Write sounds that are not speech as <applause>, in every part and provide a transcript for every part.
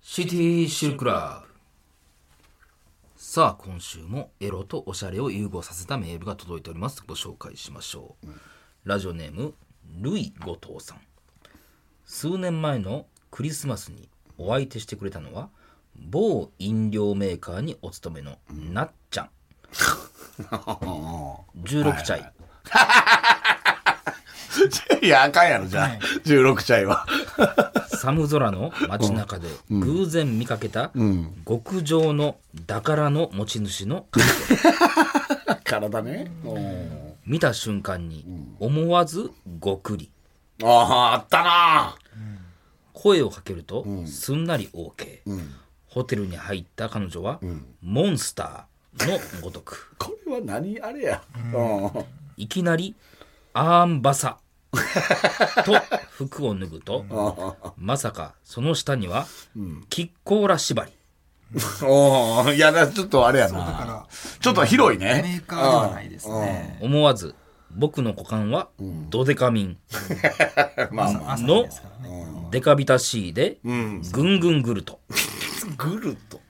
シティシルクラブさあ今週もエロとおしゃれを融合させたメールが届いておりますご紹介しましょう、ラジオネームルイ後藤さん数年前のクリスマスにお相手してくれたのは某飲料メーカーにお勤めのなっちゃん、16歳、 <laughs> いや、あかんやろ、じゃあ。16チャイは。寒空の街中で偶然見かけた極上のだからの持ち主の彼女 <laughs> 体ね。うん見た瞬間に思わずごくりああ、あったな声をかけるとすんなり OK、ホテルに入った彼女はモンスターのごとくこれは何あれや。うんいきなりアーンバサと服を脱ぐとまさかその下にはキッコーラ縛りおーいや、だちょっとあれやな。ちょっと広いメね。ーカーではないですね。思わず僕の股間はドデカミンまあまあ。朝のですからね。デカビタ C でぐんぐんぐるとぐるっと。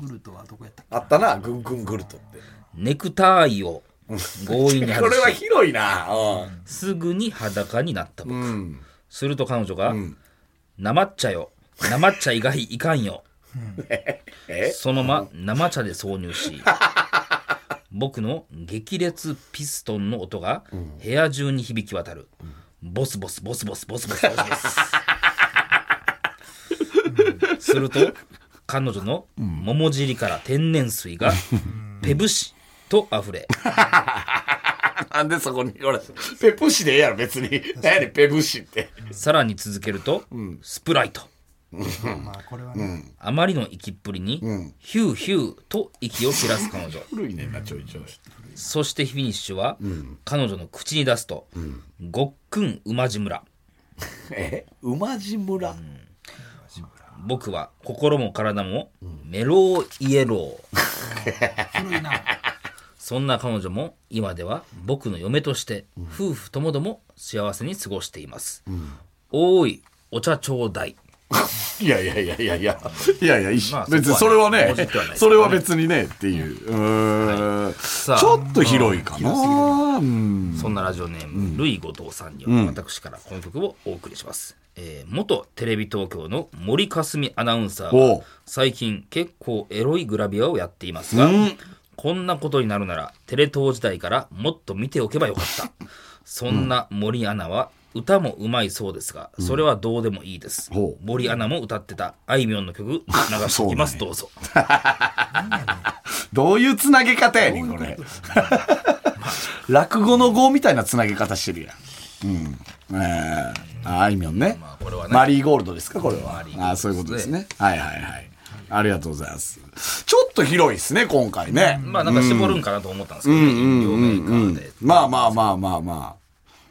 グルトはどこやったっあったな、ぐんぐんぐるっとって。ネクタイを強引に <laughs> こ外れはし広いな。うんすぐに裸になった僕、んすると彼女が「な、まっちゃよなまっちゃ以外いかんよ」 <laughs> えそのまま生茶で挿入し僕の激烈ピストンの音が部屋中に響き渡る、ボスボスボスボスボスボスボスボ <laughs> スすると彼女の桃尻から天然水がペブシと溢れなんでそこに、俺、ペプシでええやろ、別に。何やねん、ペプシって。さらに続けると、スプライトけまあこれはね、あまりの息っぷりに、ヒューヒューと息を切らす彼女 <laughs> 古いねんな、ちょいちょい。そしてフィニッシュは、彼女の口に出すと、ごっくん馬路村え馬路村。僕は心も体もメロイエロー古いな。そんな彼女も今では僕の嫁として夫婦ともども幸せに過ごしています、おーいお茶ちょうだいいやいやいやいやいや、いやいや、一緒まあ別にそそこれははねねもじってはないですからね、それは別にね、っていう。うーんさあちょっと広いかな。うんそんなラジオネーム、ルイ後藤さんには私からこの曲をお送りします。えー元テレビ東京の森かすみアナウンサーおがう最近結構エロいグラビアをやっていますが、こんなことになるならテレ東時代からもっと見ておけばよかった。そんな森アナは歌もうまいそうですが、それはどうでもいいです。ほう森アナも歌ってたあいみょんの曲流しておきます。そうなんやどうぞ。どういうつなげ方やねん、これ。 <laughs> 落語の語みたいなつなげ方してるやん。うん。えーああいみょんねまあこれはねマリーゴールドですか、これマはリーゴール。ドああそういうことですね。はいはいはい。ありがとうございます。ちょっと広いですね、今回ね。まあなんか絞るんかなと思ったんですけどね、飲料メーカーで。まあまあまあまあまあ。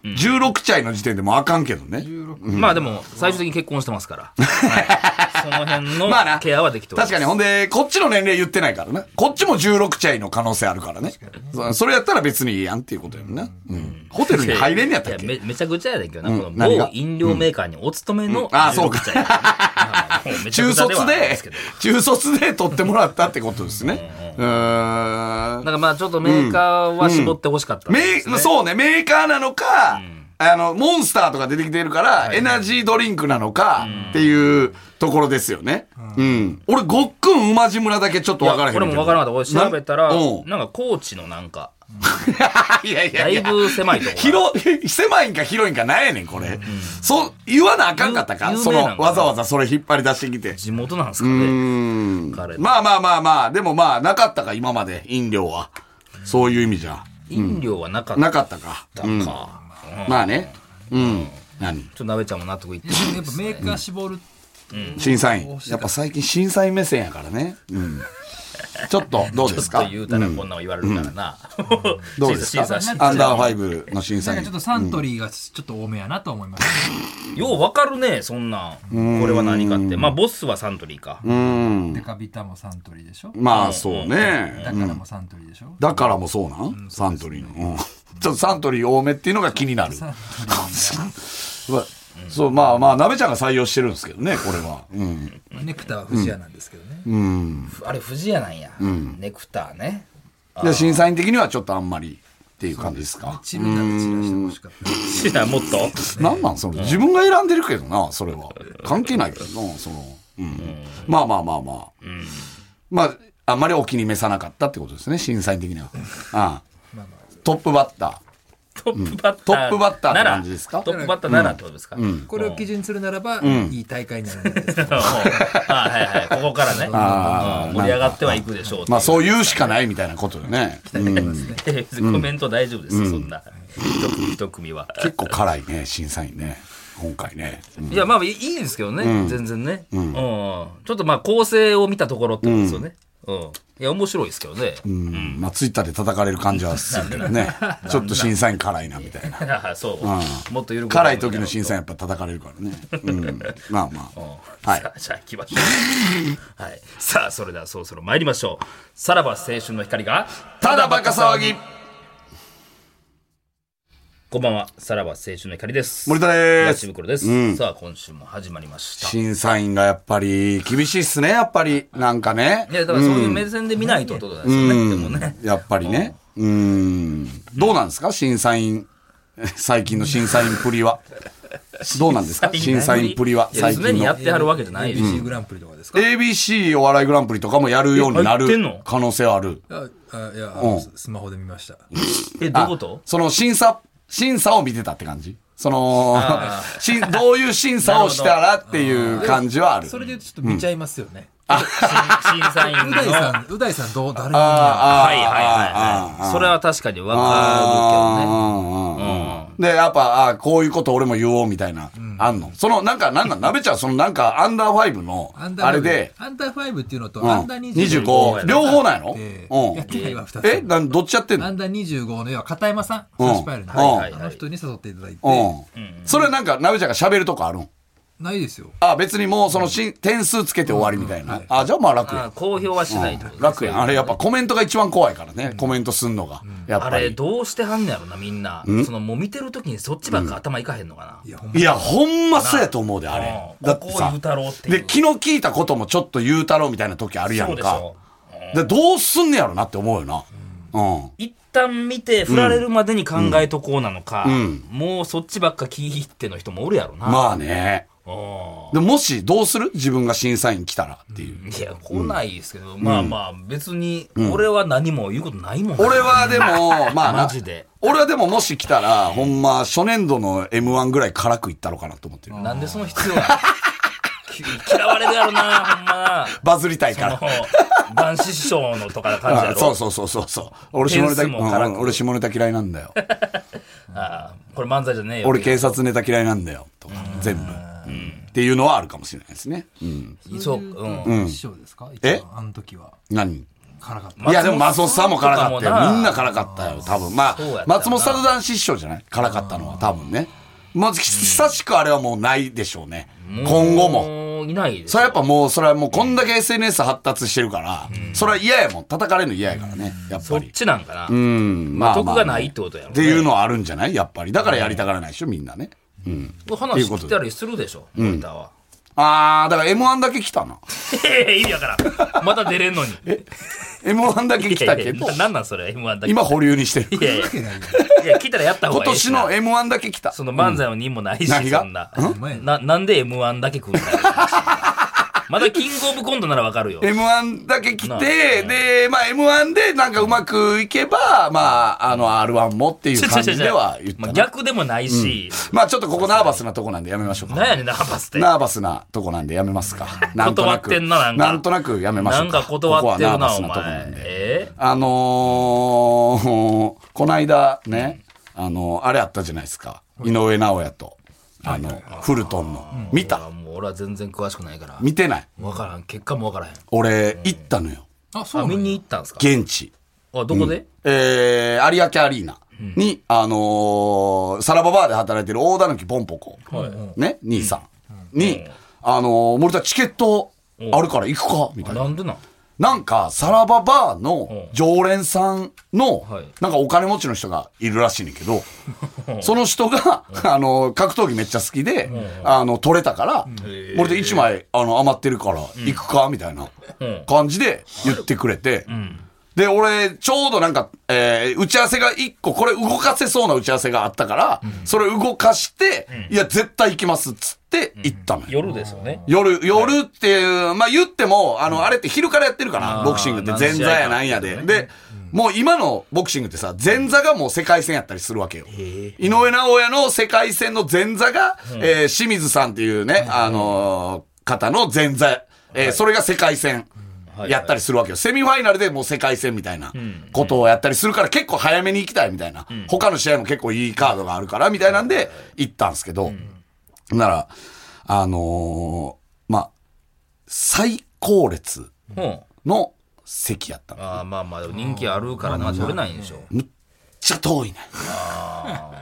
16歳の時点でもうあかんけどね。まあでも最終的に結婚してます <laughs> から、はい、その辺まあなのケアはできております確かに、ほんで、こっちの年齢言ってないからね。こっちも16チャイの可能性あるからね。そそれやったら別にいいやんっていうことやもんな。うん。ホテルに入れんねやったっいけやめめちゃくちゃやねんけどな、この某何が飲料メーカーにお勤めのんあそうか16歳やからまあまあもうめちゃ中くちゃでは卒あるんでですけど、 <laughs> 中卒で取ってもらったってことですね。うーんなん。かまあちょっとメーカーは絞ってほしかったメです、ねー、そうね、メーカーなのか、あの、モンスターとか出てきてるから、エナジードリンクなのか、っていうところですよね。うん。俺、ごっくん馬路村だけちょっいとやわからへんねんこれけもど。わからなかった。俺調べたら、ななうんんか高知のなんか、 <laughs> いやいだやいいや。ぶ狭いところ。広い、狭いんか広いんかなんやねん、これ。そう、言わなあかんかったか有有そ名なのの、わざわざそれ引っ張り出してきて。地元なんですかね。彼のまあまあまあまあ、でもまあ、なかったか、今まで、飲料は。そういう意味じゃ。飲料はなかったか。なかったか。うんまあね。うん。何ちょっと鍋ちゃんも納得いってでないもやっぱメーカー絞る。審査員。やっぱ最近審査員目線やからね。うん。ちょっと、どうですとか言うたらこんなの言われるからな。どうで <laughs> す審か査審査しアンダーファイブの審な査んか員ちょっ。とサントリーがちょっと多めやなと思います。ようわかるねそんなんこれは何かってまあボスはサントリーかうん。デカビタもサントリーでしょ。まあ、そうね。だからもサントリーでしょ。だからもそうなん、サントリーの、うんちょっとサントリー多めっていうのが気になる。うわそう、 <laughs> まあまあ、鍋ちゃんが採用してるんですけどね、これは。うん。ネクターは藤屋なんですけどね、うん。ふあれ、藤屋なんや。ネクターね。 <laughs> で、審査員的にはちょっとあんまりっていう感じですか。チルダで散らしてほしかった知らんもっとなんなんそれ、自分が選んでるけどな、それは。関係ないけどな、その。うん。まあまあまあまあ。まあ、あんまりお気に召さなかったってことですね、審査員的 <laughs> には。ああトップバッタトップバッター。トップバッターってなら感じですかトップバッターならってことですか。うん。これを基準にするならば、いい大会になるんじゃない <laughs> ですあはいはい。ここからね。あーうん盛り上がってはいくでしょう。<laughs> ー。まあ、そういいうしかないみたいなことよね。うんう。コメント大丈夫です、そんな。一組一組は。結構辛いね、審査員ね。今回ね。うんいや、まあいいいいですけどね。全然ね。うん。ちょっとまあ構成を見たところってことですよね。うん。いや、面白いですけどね。うん、まあツイッターで叩かれる感じはするけどね。ちょっと審査員辛いなみたい <laughs> な。そう。もっと緩く。辛い時の審査員やっぱ叩かれるからね。うん、まあまあ。はいさあじゃあ行きましょう。はい。さあ、それではそろそろ参りましょう。さらば青春の光が、 <laughs> ただバカ騒ぎこんばんは。さらば青春の光です。森田で。ですす袋です、さあ、今週も始まりました。審査員がやっぱり厳しいっすね、やっぱり。なんかねい。や、だからそういう目線で見ないとってことなんですよね。でもね。やっぱりね。うん。どうなんですか審査員。最近の審査員プリは。どうなんですか審査員プリはいや最常近にやのっ。てはるわけじゃかない ABC グランプリとかですか、 ABC お笑いグランプリとかもやるようにえな入ってんのる可能性はある。ああいや、あうんのスマホで見ましたえ、どういうことその審査、審査を見てたって感じその、しどういう審査をしたらっていう感じはある。それでちょっと見ちゃいますよね、審審査員うの。だいはさんうだいさんどう誰にいあはいはいはい。それは確かにわかああで、やっぱ、ああこういうこと俺も言おうみたいな、あんの。その、なんか、なんなん、なべちゃん、そのなんか、アンダーファイブのアン、ダーあファれイブで、アンダーファイブっていうのと、うんアンダー25 25、両方なんやろでやってた今うん。え、 2つなんどっちやってんアンのダー25の要は片山さんうんサシパイルの、はいはいはいあの人に誘っていただいて、うん。それなんか、なべちゃんが喋るとこあるんないですよあ、別にもう、そのし、点数つけて終わりみたいな。あ、じゃあまあるけど楽ね。あやー。公表はしないってこと楽やん。あれやっぱコメントが一番怖いからね。コメントすんのが。やっあぱれり。どうしてはんねやろなみんなそのもう見てる時にそっちばっか頭いかへんのかいな、やほんまいや、ほんまそうやと思うで、あれ。うんだってここをさ言うたろうっていうで、昨日聞いたこともちょっと言うたろうみたいな時あるやそうんでしょか。で、どうすんねやろなって思うよな。うん。一旦見て振られるまでに考えとこうなのか、んもうそっちばっか聞いひっての人もおるやろな、まあね。うんで、もし、どうする自分が審査員来たらっていう。いや来ないですけど、まあまあ別に俺は何も言うことないもんな、俺は <laughs> でも、まあなマジで俺はでももし来たら、ほんま、初年度の M1 ぐらい辛くいったろかなと思ってる。なんでその必要なのき嫌われるやろなほんまバズりたいそから。の男子師匠のとかの感じやあろそうそうそうそうそう。俺下ネタ、点数うんも辛く俺下ネタ嫌いな <laughs> んだよ。あーこれ漫才じゃねえよ俺警察ネタ嫌いなんだよとか全部、うんっていうのはあるかもしれないですね、うん、そううん師匠ですか、一番えあの時は何辛かったいやでも松本さんも辛かった松本さんもなよみんな辛かったよ多分まそうやったあな松本さんの男子師匠じゃない辛かったのは多分ねまず久しくあれはもうないでしょうね、今後ももういないですそれはやっぱもうそれはもうこんだけ SNS 発達してるから、それは嫌やもん叩かれるの嫌やからねやっそぱっりちなんかな、うんまあまあ得まあがないってことやろ、ね、っていうのはあるんじゃないやっぱりだからやりたがらないでしょみんなねうん話聞いたりするでしょモニターは、ああだから m 1だけ来たなええ意味わからんまた出れんの <laughs> に m 1だけ来たけいやどいやななんなんそれ m 1だけ今保留にしてるいやいやいや来たらやった方が今いい年しのな M1 だけ来た。その漫才の任もないし、何がそんなお前ななんで m 1だけ来るんだよ <laughs> まだキングオブコントならわかるよ M1 だけ来なあて、で、まあ M1 でなんかうまくいけば、まあ、あの R1 もっていう感じでは言っまたあ、な。逆でもないし、まあちょっとここナーバスなとこなんでやめましょうなんか。やねんナーバスってナーバスなとこなんでやめま <laughs> すか。なんとなく。断ってんななんかんとなくやめましなょんうか断ってるここはナーバなスおとこな前んでえあのー、 <laughs> こないだね、あの、あれあったじゃないですか。井上尚弥と、あの、フルトンの。見えたもう俺は全然詳しくないから見てない分からん結果も分からへん俺、行ったのよ。あそうあな見んやに行ったんすか現地。あどこで、えー、有明アリーナに、あのー、サラババーで働いてる大田貫ポンポコ、ね、兄さんに、あのー、森田チケットあるから行くか、みたいな。なんでなんなんか、サラババーのうん常連さんのはい、なんかお金持ちの人がいるらしいねんけど、その人が、あの、格闘技めっちゃ好きで、あの、取れたから、俺で1枚、あの、余ってるから、行くか、みたいなうん感じで言ってくれて、で、俺、ちょうどなんか、えー打ち合わせが1個、これ動かせそうな打ち合わせがあったから、それ動かして、いや、絶対行きます、つって行ったのよ。夜ですよね。夜、夜っていう、まあ言っても、あの、あれって昼からやってるから、あーボクシングって前座やなんやで。何試合かで、もう今のボクシングってさ、前座がもう世界戦やったりするわけよ。井上尚弥の世界戦の前座が、えー清水さんっていうね、あのー方の前座、えーそれが世界は戦。いやったりするわけよ。セミファイナルでもう世界戦みたいなことをやったりするから結構早めに行きたいみたいな。他の試合も結構いいカードがあるからみたいなんで行ったんですけど。なら、あのーまあ、最高列うん。の席やったの。めっああまあまあ、人気あるからな、取れないんでしょ。ちゃ遠いね。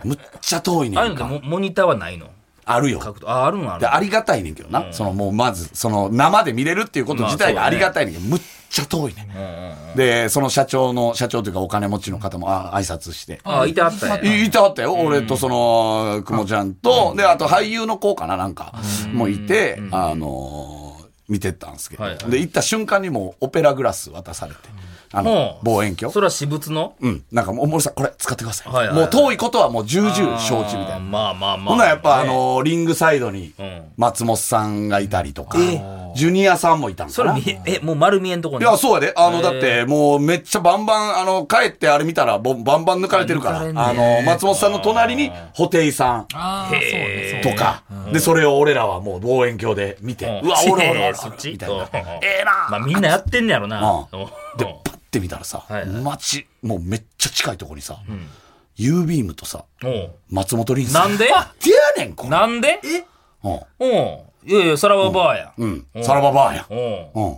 むっちゃ遠いねああいうんのってか。モモニターはないのあるよ。格闘ああ、あるのあるで、のありがたいねんけどな。その、もう、まず、その、生で見れるっていうこと自体まがああそうだねりがたいねんけど、むっちゃ遠いね。で、その社長の、社長というかお金持ちの方も、あ、挨拶して。ああ、いてあったんやな。いいてはったよ。俺とその、くもちゃんと、で、あと俳優の子かな、なんか、もいて、あのー、見てったんですけどはいは。いで、行った瞬間にもう、オペラグラス渡されて、あのも、う望遠鏡そ。れは私物のうん。なんかもう、森さん、これ使ってくださはいい。はいはいもう遠いことはもう重々承知みたいあーな。まあまあまあ。ほんならやっぱ、あねのー、リングサイドにうん、松本さんがいたりとか、ジュニアさんもいたんそかれな見。え、えもう丸見えんとこいに。や、そうやで。あへの、ーだって、もうめっちゃバンバン、あの、帰ってあれ見たら、ぼバンバン抜かれてるかあ抜らかれん。ねあの、松本さんの隣に、布袋さんああ、そうね。とか、で、それを俺らはもう望遠鏡で見て、うんうわ、おるおるおるおるそっちみたいな。うんええなまあみんなやってんねやろな。ううんんで、パッて見たらさはいは、い街、もうめっちゃ近いとこにさ、U ビームとさ、うん松本凛なさん。んでてやねん、これ。なんでうんうん。いやいや、サラババーや。うん。さらばばあやん。うん。うん。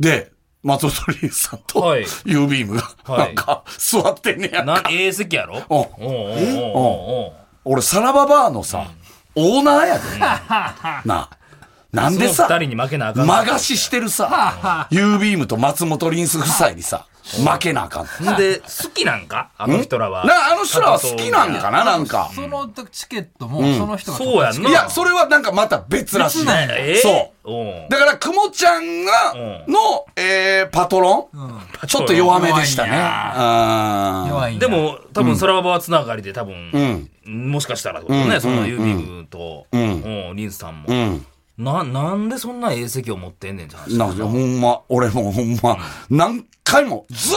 で、松本凛さんとはい U ビームが、はないんか、座ってんねやんかなん、ええ席やろうんうんうんうんうん。俺、サラババーのさ、オーナーやで。 <laughs> なあ。なんでさその、二人に負けなあかん。まがししてるさ、U ビームと松本リンス夫妻にさ、負けなあかん。んで、好きなんかあの人らは。な、あの人らは好きなんかな、なんか。そのチケットも、その人が。そうやんいな。や、それはなんかまた別らしい。え。そううんう。。だから、くもちゃんが、うんの、えーパトロンちょっと弱めでしたね。うん弱いんやで、も、多分、サラババーつながりで、多分、もしかしたらってことね、うんそのユービーグと、うんん、リンスさんも。うん。な、なんでそんなええ席を持ってんねんって話。なんかほんま、俺もほんま、何回もず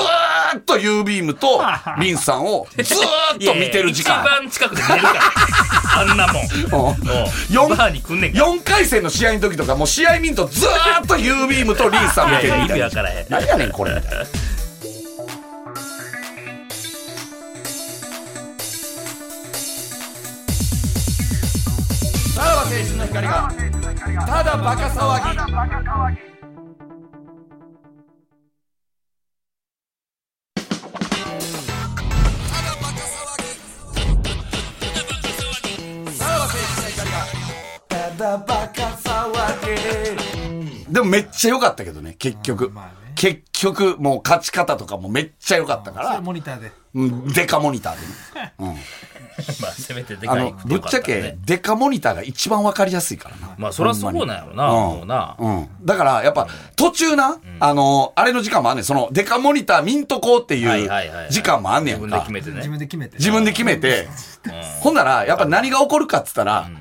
ーっと U ビー <laughs> ムとリンさんをずーっと見てる時い間や。いや一番近くで見れるから。あんなもん。四うんバーに来んねんから。 4回戦の試合の時とかもう試合見んとずーっと U ビームとリンさん見 <laughs> いてやるいや、み意味たいなわ。からへん。何やねんこれみたいな。さらば青春の光がただバカ騒ぎ。でもめっちゃ良かったけどね、結局。まあね結局、もう勝ち方とかもめっちゃ良かったかそれら、モニターで。うんデカモニターでね。まあ、せめてであかいの、ぶっちゃけ、デカモニターが一番わかりやすいからな。まあ、そりゃそうなんやろな、ほもうんな。うん。だから、やっぱ、途中な、あの、あれの時間もあんねん。その、デカモニター見んとこうっていはいうはいはいはい。時間もあんねや自ん分か。で決めて自分ね。で決めて。自分で決めて、ほんなら、やっぱ何が起こるかっつったら、あん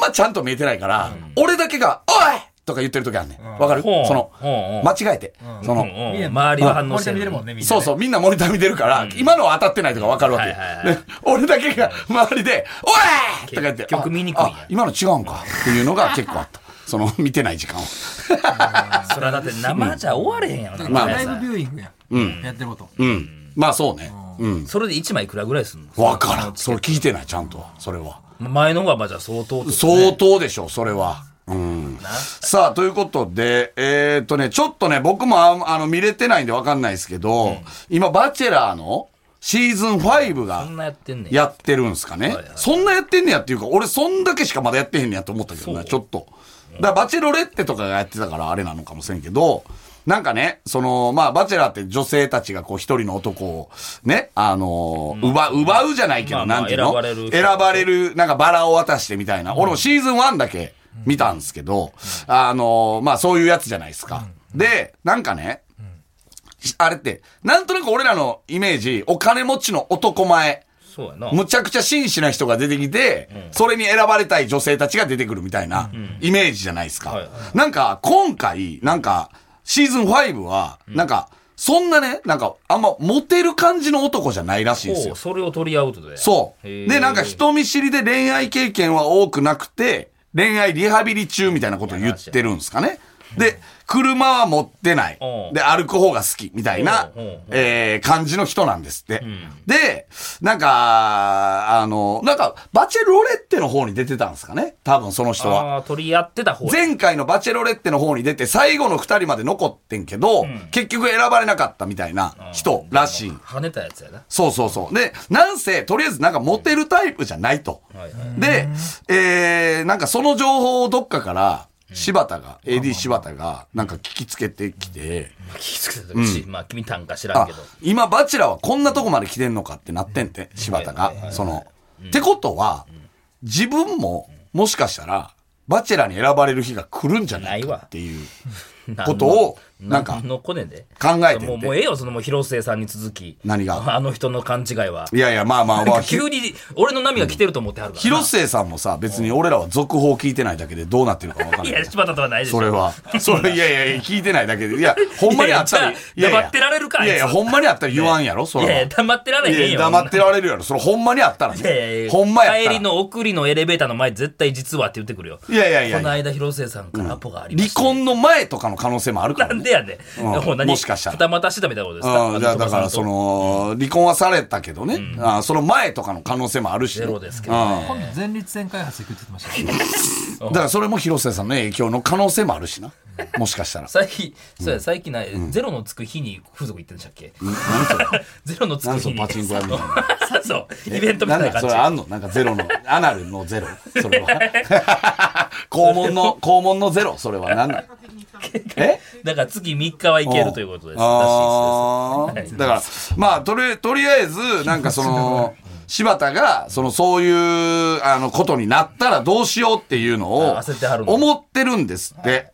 まちゃんと見えてないから、俺だけが、おいとか言ってる時あんねん。わかるほうそのほう、間違えて。そうんの、うん周りは反応してモニター見れるもんね、みんな。そうそう、みんなモニター見てるから、今のは当たってないとか分かるわけよはいはいはいで俺だけが周りで、おいとか言って。結局見にくいんあやあ今の違うんかっていうのが結構あった。その、見てない時間を。それはだって生じゃ終われへんやろな。まあライブビューイングやん。やってること。うん。まあそうね。うん。それで1枚いくらぐらいすんの分からん。それ聞いてない、ちゃんと。それは。前の方がまあじゃあ相当ってことね相当でしょ、それは。うん。さあ、ということで、えーっとね、ちょっとね、僕もああの見れてないんで分かんないですけど、今、バチェラーのシーズン5がそんなやってんねん。やってるんすかね、いそんなやってんねやっていうか、俺そんだけしかまだやってへんねやと思ったけどな、ちょっと。だからバチェロレッテとかがやってたからあれなのかもしれんけど、なんかね、その、まあ、バチェラーって女性たちがこう一人の男を、ね、あのー、奪、奪うじゃないけど、まあまあなんていうの選ばれる選ばれる、なんかバラを渡してみたいな。俺もシーズン1だけ見たんですけど、あのー、まあ、そういうやつじゃないですか。で、なんかね、あれって、なんとなく俺らのイメージ、お金持ちの男前。そうやな。むちゃくちゃ紳士な人が出てきて、それに選ばれたい女性たちが出てくるみたいなイメージじゃないですか。はいはなんか、今回、なんか、シーズン5は、なんか、そんなね、なんか、あんまモテる感じの男じゃないらしいんですおよう。それを取り合うとで。そう。へーで、なんか人見知りで恋愛経験は多くなくて、恋愛リハビリ中みたいなことを言ってるんですかね。で、車は持ってないうん。で、歩く方が好きみたいなうんうんうん、えー感じの人なんですって。で、なんか、あの、なんか、バチェロレッテの方に出てたんですかね。多分その人は。ああ、取り合ってた方や前回のバチェロレッテの方に出て、最後の二人まで残ってんけど、結局選ばれなかったみたいな人らしい。跳ねたやつやな。そうそうそう。で、なんせ、とりあえずなんかモテるタイプじゃないと。はいはい。で、えー、なんかその情報をどっかから、柴田が、AD 柴田が、なんか聞きつけてきて、まあ、気ぃつけてたし、まあ、君短歌知らんあけど。、今バチェラーはこんなとこまで来てんのかってなってんて、柴田はいはいはが。いその、ってことは、自分も、もしかしたら、バチェラーに選ばれる日が来るんじゃないかっていう。 <laughs> ことをなんか何のこねで考えてんてもうもうええよそのもう広末さんに続き何があの人の勘違いはいやいや、まあまあまあ、ひ急に俺の波が来てると思ってはるからな広末さんもさ、別に俺らは続報聞いてないだけでどうなってるかわかんないい。や柴田とはないでしょそれは。それ、いやいやいや、聞いてないだけで。いや、ほんまにあったら、 <laughs> いやいやじゃあ黙ってられるかいやいや、あいつほんまにあったら言わんやろ、そいれは。やいや黙ってられへんよいや黙ってられるやろ、それほんまにあったらいやいね。やほんまやった帰ら。りの送りのエレベーターの前絶対実はって言ってくるよいやいやいやこの間広末さんからアポがありま離した婚の前とかの可能性もあるかならんね。でやねんうんもう何もしかしたら二股してたみたいなことですかうあん、じゃあ鳥羽ださんとからその、離婚はされたけどね、あその前とかの可能性もあるしね、ゼロですけどね今度前立腺開発行くって言ってましたねうんだからそれも広末さんの影響の可能性もあるしな。もし <laughs> かしたら。最近そうや最近ないゼロのつく日に風俗行ってんでしたっけゼロのつく日になんすよパチンコ屋みたいなそうイベントみたいななん感だそじれあんのなんかゼ <laughs> ロの、アナルのゼロ。それは。肛門の、肛門のゼロ。それは何なのえだから月3日はいけるということです。あらしいでーすだから、まあ、とり、とりあえず、なんか <laughs> その、柴田が、その、そういう、あの、ことになったらどうしようっていうのをあ焦ってはる、の思ってるんですって。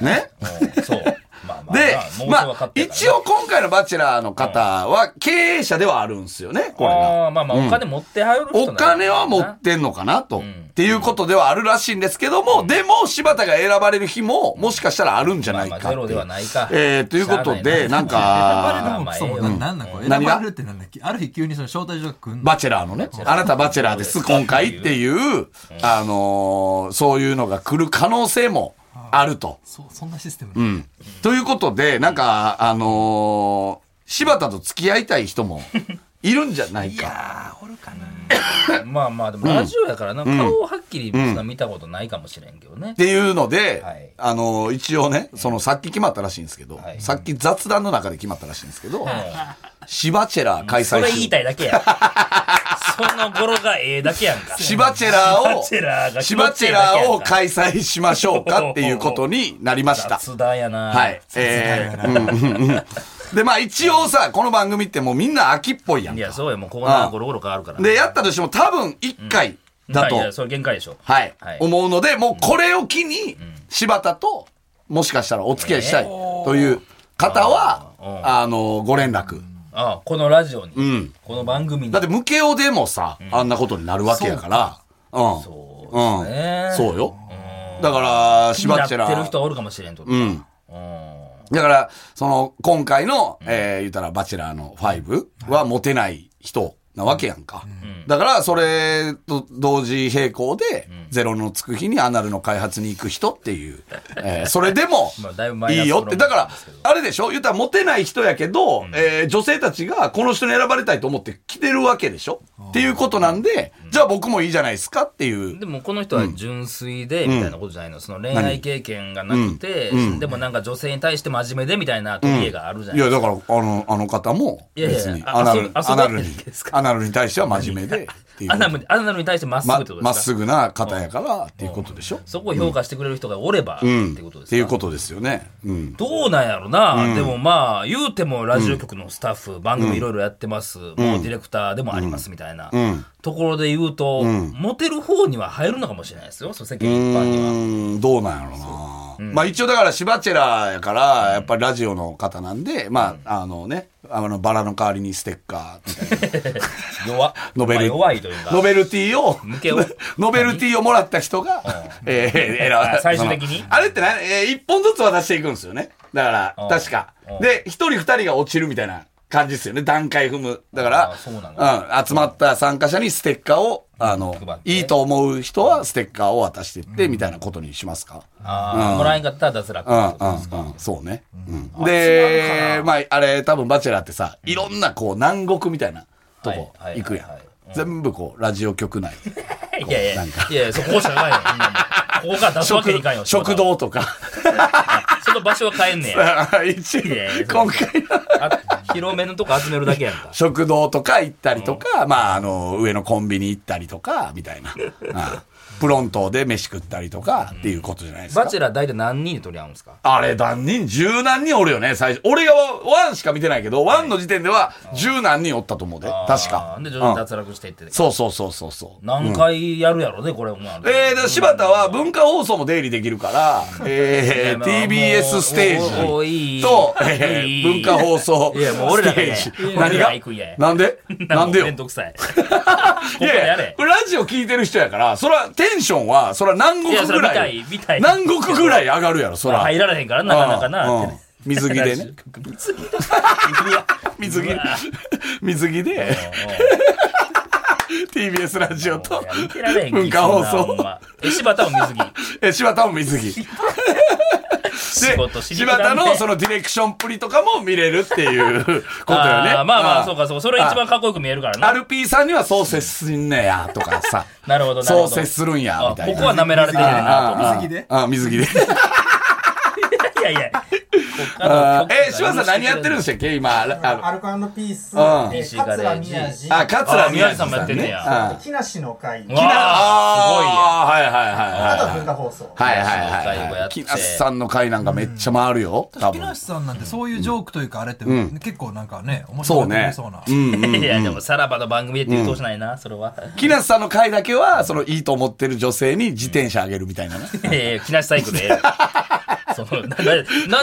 ねうんそう。まあまあ、で妄、想はま勝あ、手やから一応今回のバチェラーの方は経営者ではあるんですよね、これが。あーまあまあ、お金持ってはる人なんだお金は持なってんのかなと。っていうことではあるらしいんですけども、でも柴田が選ばれる日ももしかしたらあるんじゃないかってまあまあゼロではないかえーということしで、ゃなあないなんあれーで <laughs> か、もクソもまあええなわなんなんこれ選何がばれるってなんだっけある日急にその招待状が来んのバチェラーのね、あなたバチェラーです、今回っていう、あのーそういうのが来る可能性もあると。そうそんなシステム、うんということで、なんか、あのー柴田と付き合いたい人 <laughs> もいるんじゃないか。ああおるかなまあまあ、でもラジオやからな、顔をはっきりそんな見たことないかもしれんけどねっ。ていうので、はいあの、一応ね、そのさっき決まったらしいんですけど、はいさっき雑談の中で決まったらしいんですけど、シバチェラー開催そ中れ言いたいだけ <laughs> や。その語呂がええだけやんか。シバチェラーを、シバチェラーがシバチェラーを開催しましょうかっていうことになりました。雑談やな。はい。えー、うんうんうんで、まあ一応さ、この番組ってもうみんな秋っぽいやんいか。や、そうや、もうここあなあゴロゴロ変わるから。で、やったとしても多分1回だと、いやいやそれ限界でしょ。はい、はい思うので、もうこれを機に、柴田と、もしかしたらお付き合いしたいという方は、あの、ご連絡。ああこのラジオに、んこの番組に。だって、ムケオでもさ、あんなことになるわけやから。うん。そううですねん。そうよ。だから、気にな柴っチてェラる人はおるかもしれんってことうか。ん。うんだから、その、今回の、えー言ったら、バチェラーの5はモテない人なわけやんか。だから、それと同時並行で、ゼロのつく日にアナルの開発に行く人っていう、えーそれでも <laughs> まあだいぶマ、イナいスいよって。だから、あれでしょ言ったら、モテない人やけど、えー女性たちがこの人に選ばれたいと思って来てるわけでしょっていうことなんで、じゃあ僕もいいじゃないですかっていう。でもこの人は純粋でみたいなことじゃないの、その恋愛経験がなくて、でもなんか女性に対して真面目でみたいな取り柄があるじゃないい、や、だから、あの、あの方も、別いやいにや、アナルあ遊ぶアナ遊ルぶわにけです、かアナナルに対しては真面目でっていうアナルアナルに対してまっすぐまってことまでっすか、すぐな方やからっていうことでしょそこを評価してくれる人がおれば、ってことっですかていうことですよね。うん。どうなんやろな、でもまあ言うてもラジオ局のスタッフ、番組いろいろやってます、もうディレクターでもありますみたいな、んところで言うと、モテる方には入るのかもしれないですよその世間一般には。うーんどうなんやろうな。まあ一応だからシバチェラやから、やっぱりラジオの方なんで、まああのね、あのバラの代わりにステッカーみたいな、弱 <laughs> っノベまあル、弱いというかノベルティを向けを、 <laughs> ノベルティをもらった人が、えー、選最終的にそのあれって何えー、一本ずつ渡していくんですよね。だかうんら、確かうん。で、一人二人が落ちるみたいな感じですよね。段階踏む。だかあーら、そうなんうん、集まった参加者にステッカーを、あの配っ、ていいと思う人はステッカーを渡してって、みたいなことにしますか。あーもらえんかったら脱落うってんことですかうんうん、そうね。うん、で、まあ、あれ、多分バチェラーってさ、いろんなこう、南国みたいなとこはいはい行くやんはいはい。全部こう、ラジオ局内。いやいや、いやいや、そこじゃ <laughs> ないよ。そんなもんここから出すわけにいかんよ。食堂とか。その場所は変えんねや。 <laughs> 一応いやいや今回はあ広めのとこ集めるだけやんか。食堂とか行ったりとか、まあ、あの、上のコンビニ行ったりとか、みた <laughs> いな。ああプロントで飯食ったりとかっていうことじゃないですバか。チェラー大体何人で取り合うんですかあれ、何人十何人おるよね、最初。俺がワンしか見てないけど、ワンの時点では十何人おったと思うで。確かあ。ーで、徐う々んに脱落していって。そうそうそうそうそう。何回やるやろね、これ。お前えー、で柴田は文化放送も出入りできるから、えー、TBS ステもうもうーいいジと、え <laughs> いー、い文化放送いや、もう俺らがステねージ。俺何らがが行くんや。なんでなんでよめんどくさい。いここややいれや、これラジオ聞いてる人やから、そらテンションは、そら南国ぐらいやいそれ見たい見たい南国ぐらい上がるやろ、そら。入られへんからなかなかうんな。っうんてね <laughs> 水着でね。。水着 <laughs> うわ水着うわ、 <laughs> 水着で、TBS ラジオといや見てられへん文化放そんなほん送。まえ柴田も水着え、柴田も水 <laughs> 着。仕事で、しに行柴かんで田のそのディレクションっぷりとかも見れるっていうことよね。あーまあまあそうか。かそうかそれ一番かっこよく見えるからな RP さんにはそう接すんねや、とかさ。 <laughs> なるほどなるそほうど接するんや、あみたいこな。こは舐められてるねんなあーあー水着であー水着で。といやいやこっからあの <laughs> ーえ、柴田さん何やってるんでしたっけ今、あアの、ルコピース、んえー PC ガレ桂ージ宮治、あ、あ桂宮治ー宮治さんもやってんねやあー木梨の会、うわああー、はいはいあはいとはいは。文化放送。は木い梨のはい会をはいやはっい。て木梨さんの回なんかめっちゃ回るよ、多木分。梨さんなんてそういうジョークというかあれって結構なんかね面そ白ういなね。そうなうんうんすごいやんいやでもさらばの番組でって言うとしないなそれは木梨さんの回だけは、そのいいと思ってる女性に自転車あげるみた <laughs> いなね。いやいや木梨サイクルでええ <laughs> よそのなな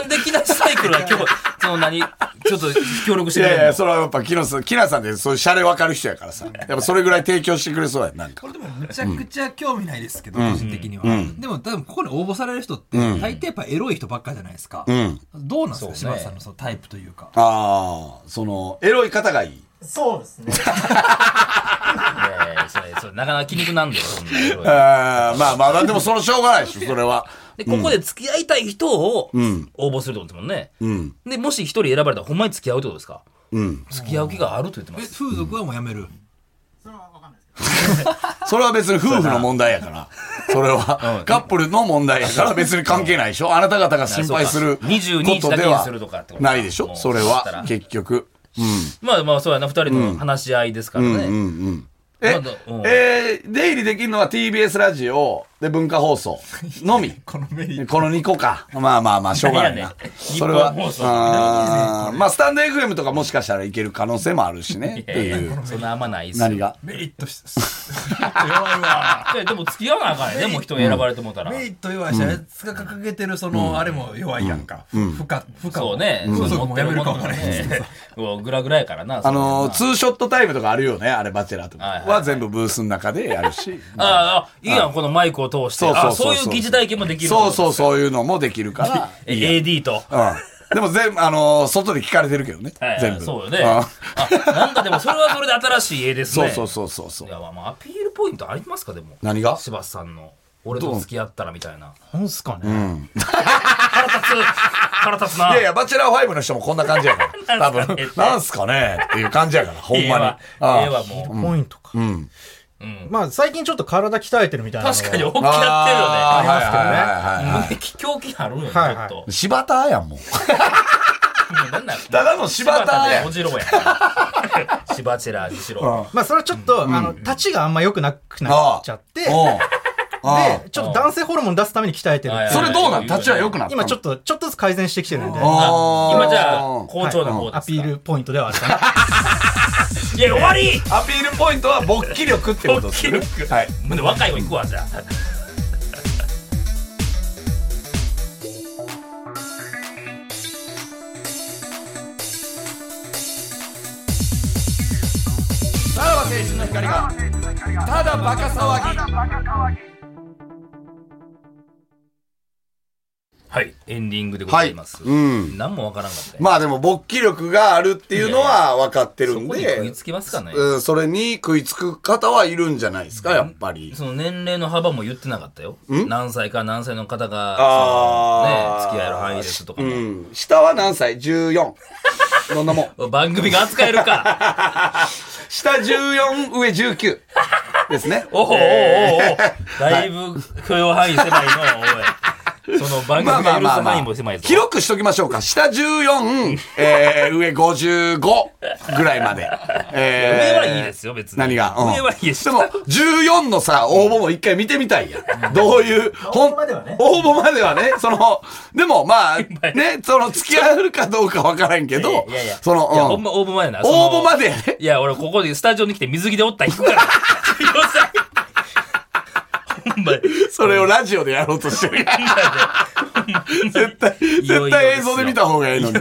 なんで木梨サイクルは今日その何ちょっと協力しいてくれやいんのや、それはやっぱ木梨さん、木梨さんってそういうシャレわかる人やからさ。やっぱそれぐらい提供してくれそうやん、なんかこ。れでもむちゃくちゃ興味ないですけど、個人的には、でも多分ここに応募される人って大抵やっぱエロい人ばっかじゃないですか、んどうなんですか、そう柴ね田さんのそのタイプというかああ、その、エロい方がいい。そうですね。いやいやそれそれなかなか気にくなんでそんなエロいあーまあまあ、でもそのしょうがない <laughs> でしょ、それは。で、ここで付き合いたい人を応募するってことですもんね。んで、もし一人選ばれたら、ほんまに付き合うってことですかうん。付き合う気があると言ってまえす。風俗はもうやめる、それはわかんないですけそれは別に夫婦の問題やから。それは、カップルの問題やから別に関係ないでしょ。あなた方が心配するこ22日とだでけにするとはかってことないでしょ、それしたらは。結局。まあまあ、そうやな、二人の話し合いですからね。え、まだうんえー出入りできるのは TBS ラジオで文化放送 <laughs> のみ。このメリッこの2個か。まあまあまあ、しょうがないいやな。ねそれは日本放送、あーまあ、スタンド FM とかもしかしたらいける可能性もあるしね、っていやいいやう。そんなあんまないっすよ何がメリットし弱いわいやでも付き合わなあかんね。でも人選ばれてもうたら。 <laughs> メリット弱いし、あいつが掲げてるその、あれも弱いやんか、負荷負荷そうね。風そ俗うもやめるか分からへんし、ね。うんグラグラやからな。あのー、そツーショットタイムとかあるよね、あれ、バチェラーとか。はいはいは全部ブースの中でやるし。うやな <laughs> ああ、いいやん、このマイクを通して。そうそうあそそうういう疑似体験もできる。そうそう、そういうのもできるかえ AD と。 <laughs> ら。うん。でも全部、あのー、外で聞かれてるけどねはいは。い全部。そうよね。んあ、なんかでもそれはそれで新しい絵ですそね。うそうそうそうそうい。や、まあまあ、アピールポイントありますか、でも。何が柴田さんの。俺と付き合ったらみたいな。なんすかね、腹立 <laughs> つ腹立ついな。やいや、バチェラー5の人もこんな感じ <laughs> やから。な多んすかね分、なんすかねっていう感じ <laughs> やから、ほんまに。はああ絵はも、ポイントか。まあ、最近ちょっと体鍛えてるみたいうな。確かに大きあなってるよね。あはいはいはいはい胸狂気あるよね、ちょはいっはいと。柴田やん、もう。なんなんただの柴田やんおじろやん。 <laughs> シバチェラーにしうんろ。まあそれはちょっと、あの、立ちがあんま良くなくなっちゃって、おうあで、ちょっと男性ホルモン出すために鍛えてるっていうそれどうなん立ちは良くなった今ちょっと、ちょっとずつ改善してきてるんで、アあー今じゃあ、好調な方ですかピールポイントではあったな。いや、終わりアピールポイントは勃起力ってことですね勃起力はいほんで若い子行くわ、じゃあ。さらば青春の光がただバカ騒ぎはい、エンディングでございます。はいうん何もわからんかったよ。まあでも勃起力があるっていうのは分かってるそんこに食でいつきますかね。うんそれに食いつく方はいるんじゃないですかやっぱりその年齢の幅も言ってなかったよ。何歳か何歳の方が、あそーのね、付き合える範囲ですとかうも。ん下は何 <laughs> 歳 ?14 どんなもん番組が扱える <laughs> か下14上19ですね <laughs> おおおおおおだいぶ許容範囲狭いの、おい。<laughs> その番組が許す範囲も狭いぞ。広くしときましょうか。下14、えー、上55ぐらい <laughs> まで。え上ーはいいですよ、別に。何が、うん上はいいですでも、14のさ、応募も一回見てみたいやん。どういう、ほ応ん募まではね応募まではね、その、でもま <laughs> あ、ね、その、付き合えるかどうかわからんけど、いやいや、その、いや、うんほんま応募までな。その応募までやね。いや、俺、ここでスタジオに来て水着でおったら引く <laughs> から。ほんまにそれをラジオでやろうとしてる。 <laughs> 絶対、いよいよ絶ですよ対映像で見た方がいいのに。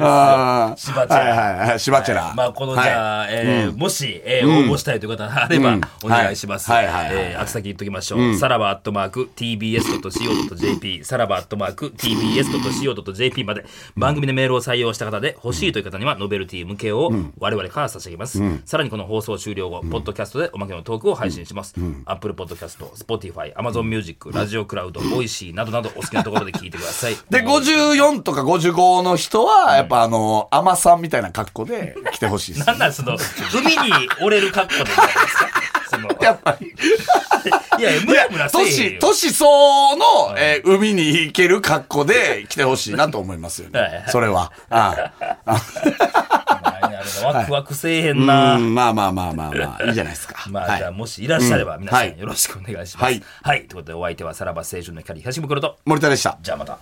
ああ、しばちゃらはいはいはい、しばちゃら。まあ、この、じゃあ、えーもし、えー応募したいという方があれば、うんお願いします。はいはいはいはいえー、あつ先言っときましょう。さらばアットマーク、tbs.co.jp、さらばアットマーク、tbs.co.jp まで、番組でメールを採用した方で、欲しいという方には、ノベルティ向けを、我々から差し上げます。さらに、この放送終了後、ポッドキャストでおまけのトークを配信します。アップルポッドキャスト、スポティファイ、アマゾンミュージック、ラジオクラウド、ボイシーなどなど、お好きなところで聞いてください。で、54とか55の人は、やっぱあの、アマさんみたいな格好で来てほしいですな。んなんその、海に折れる格好でございますかその、やっぱり。いやいや、ムいやラムラ、せえへ都ん市、よ。都市相応の、えー海に行ける格好で来てほしいなと思いますよはいはいね。それは。 <laughs> あ何やろなワクワクせえへんな。あうん、まあまあまあまあまあ、いいじゃないですか。 <laughs> まあ、はいじゃあ、もしいらっしゃれば、皆さはんいよろしくお願いします。ははいい。ということで、お相手はさらば青春の光東袋と、森田でした。じゃあまた。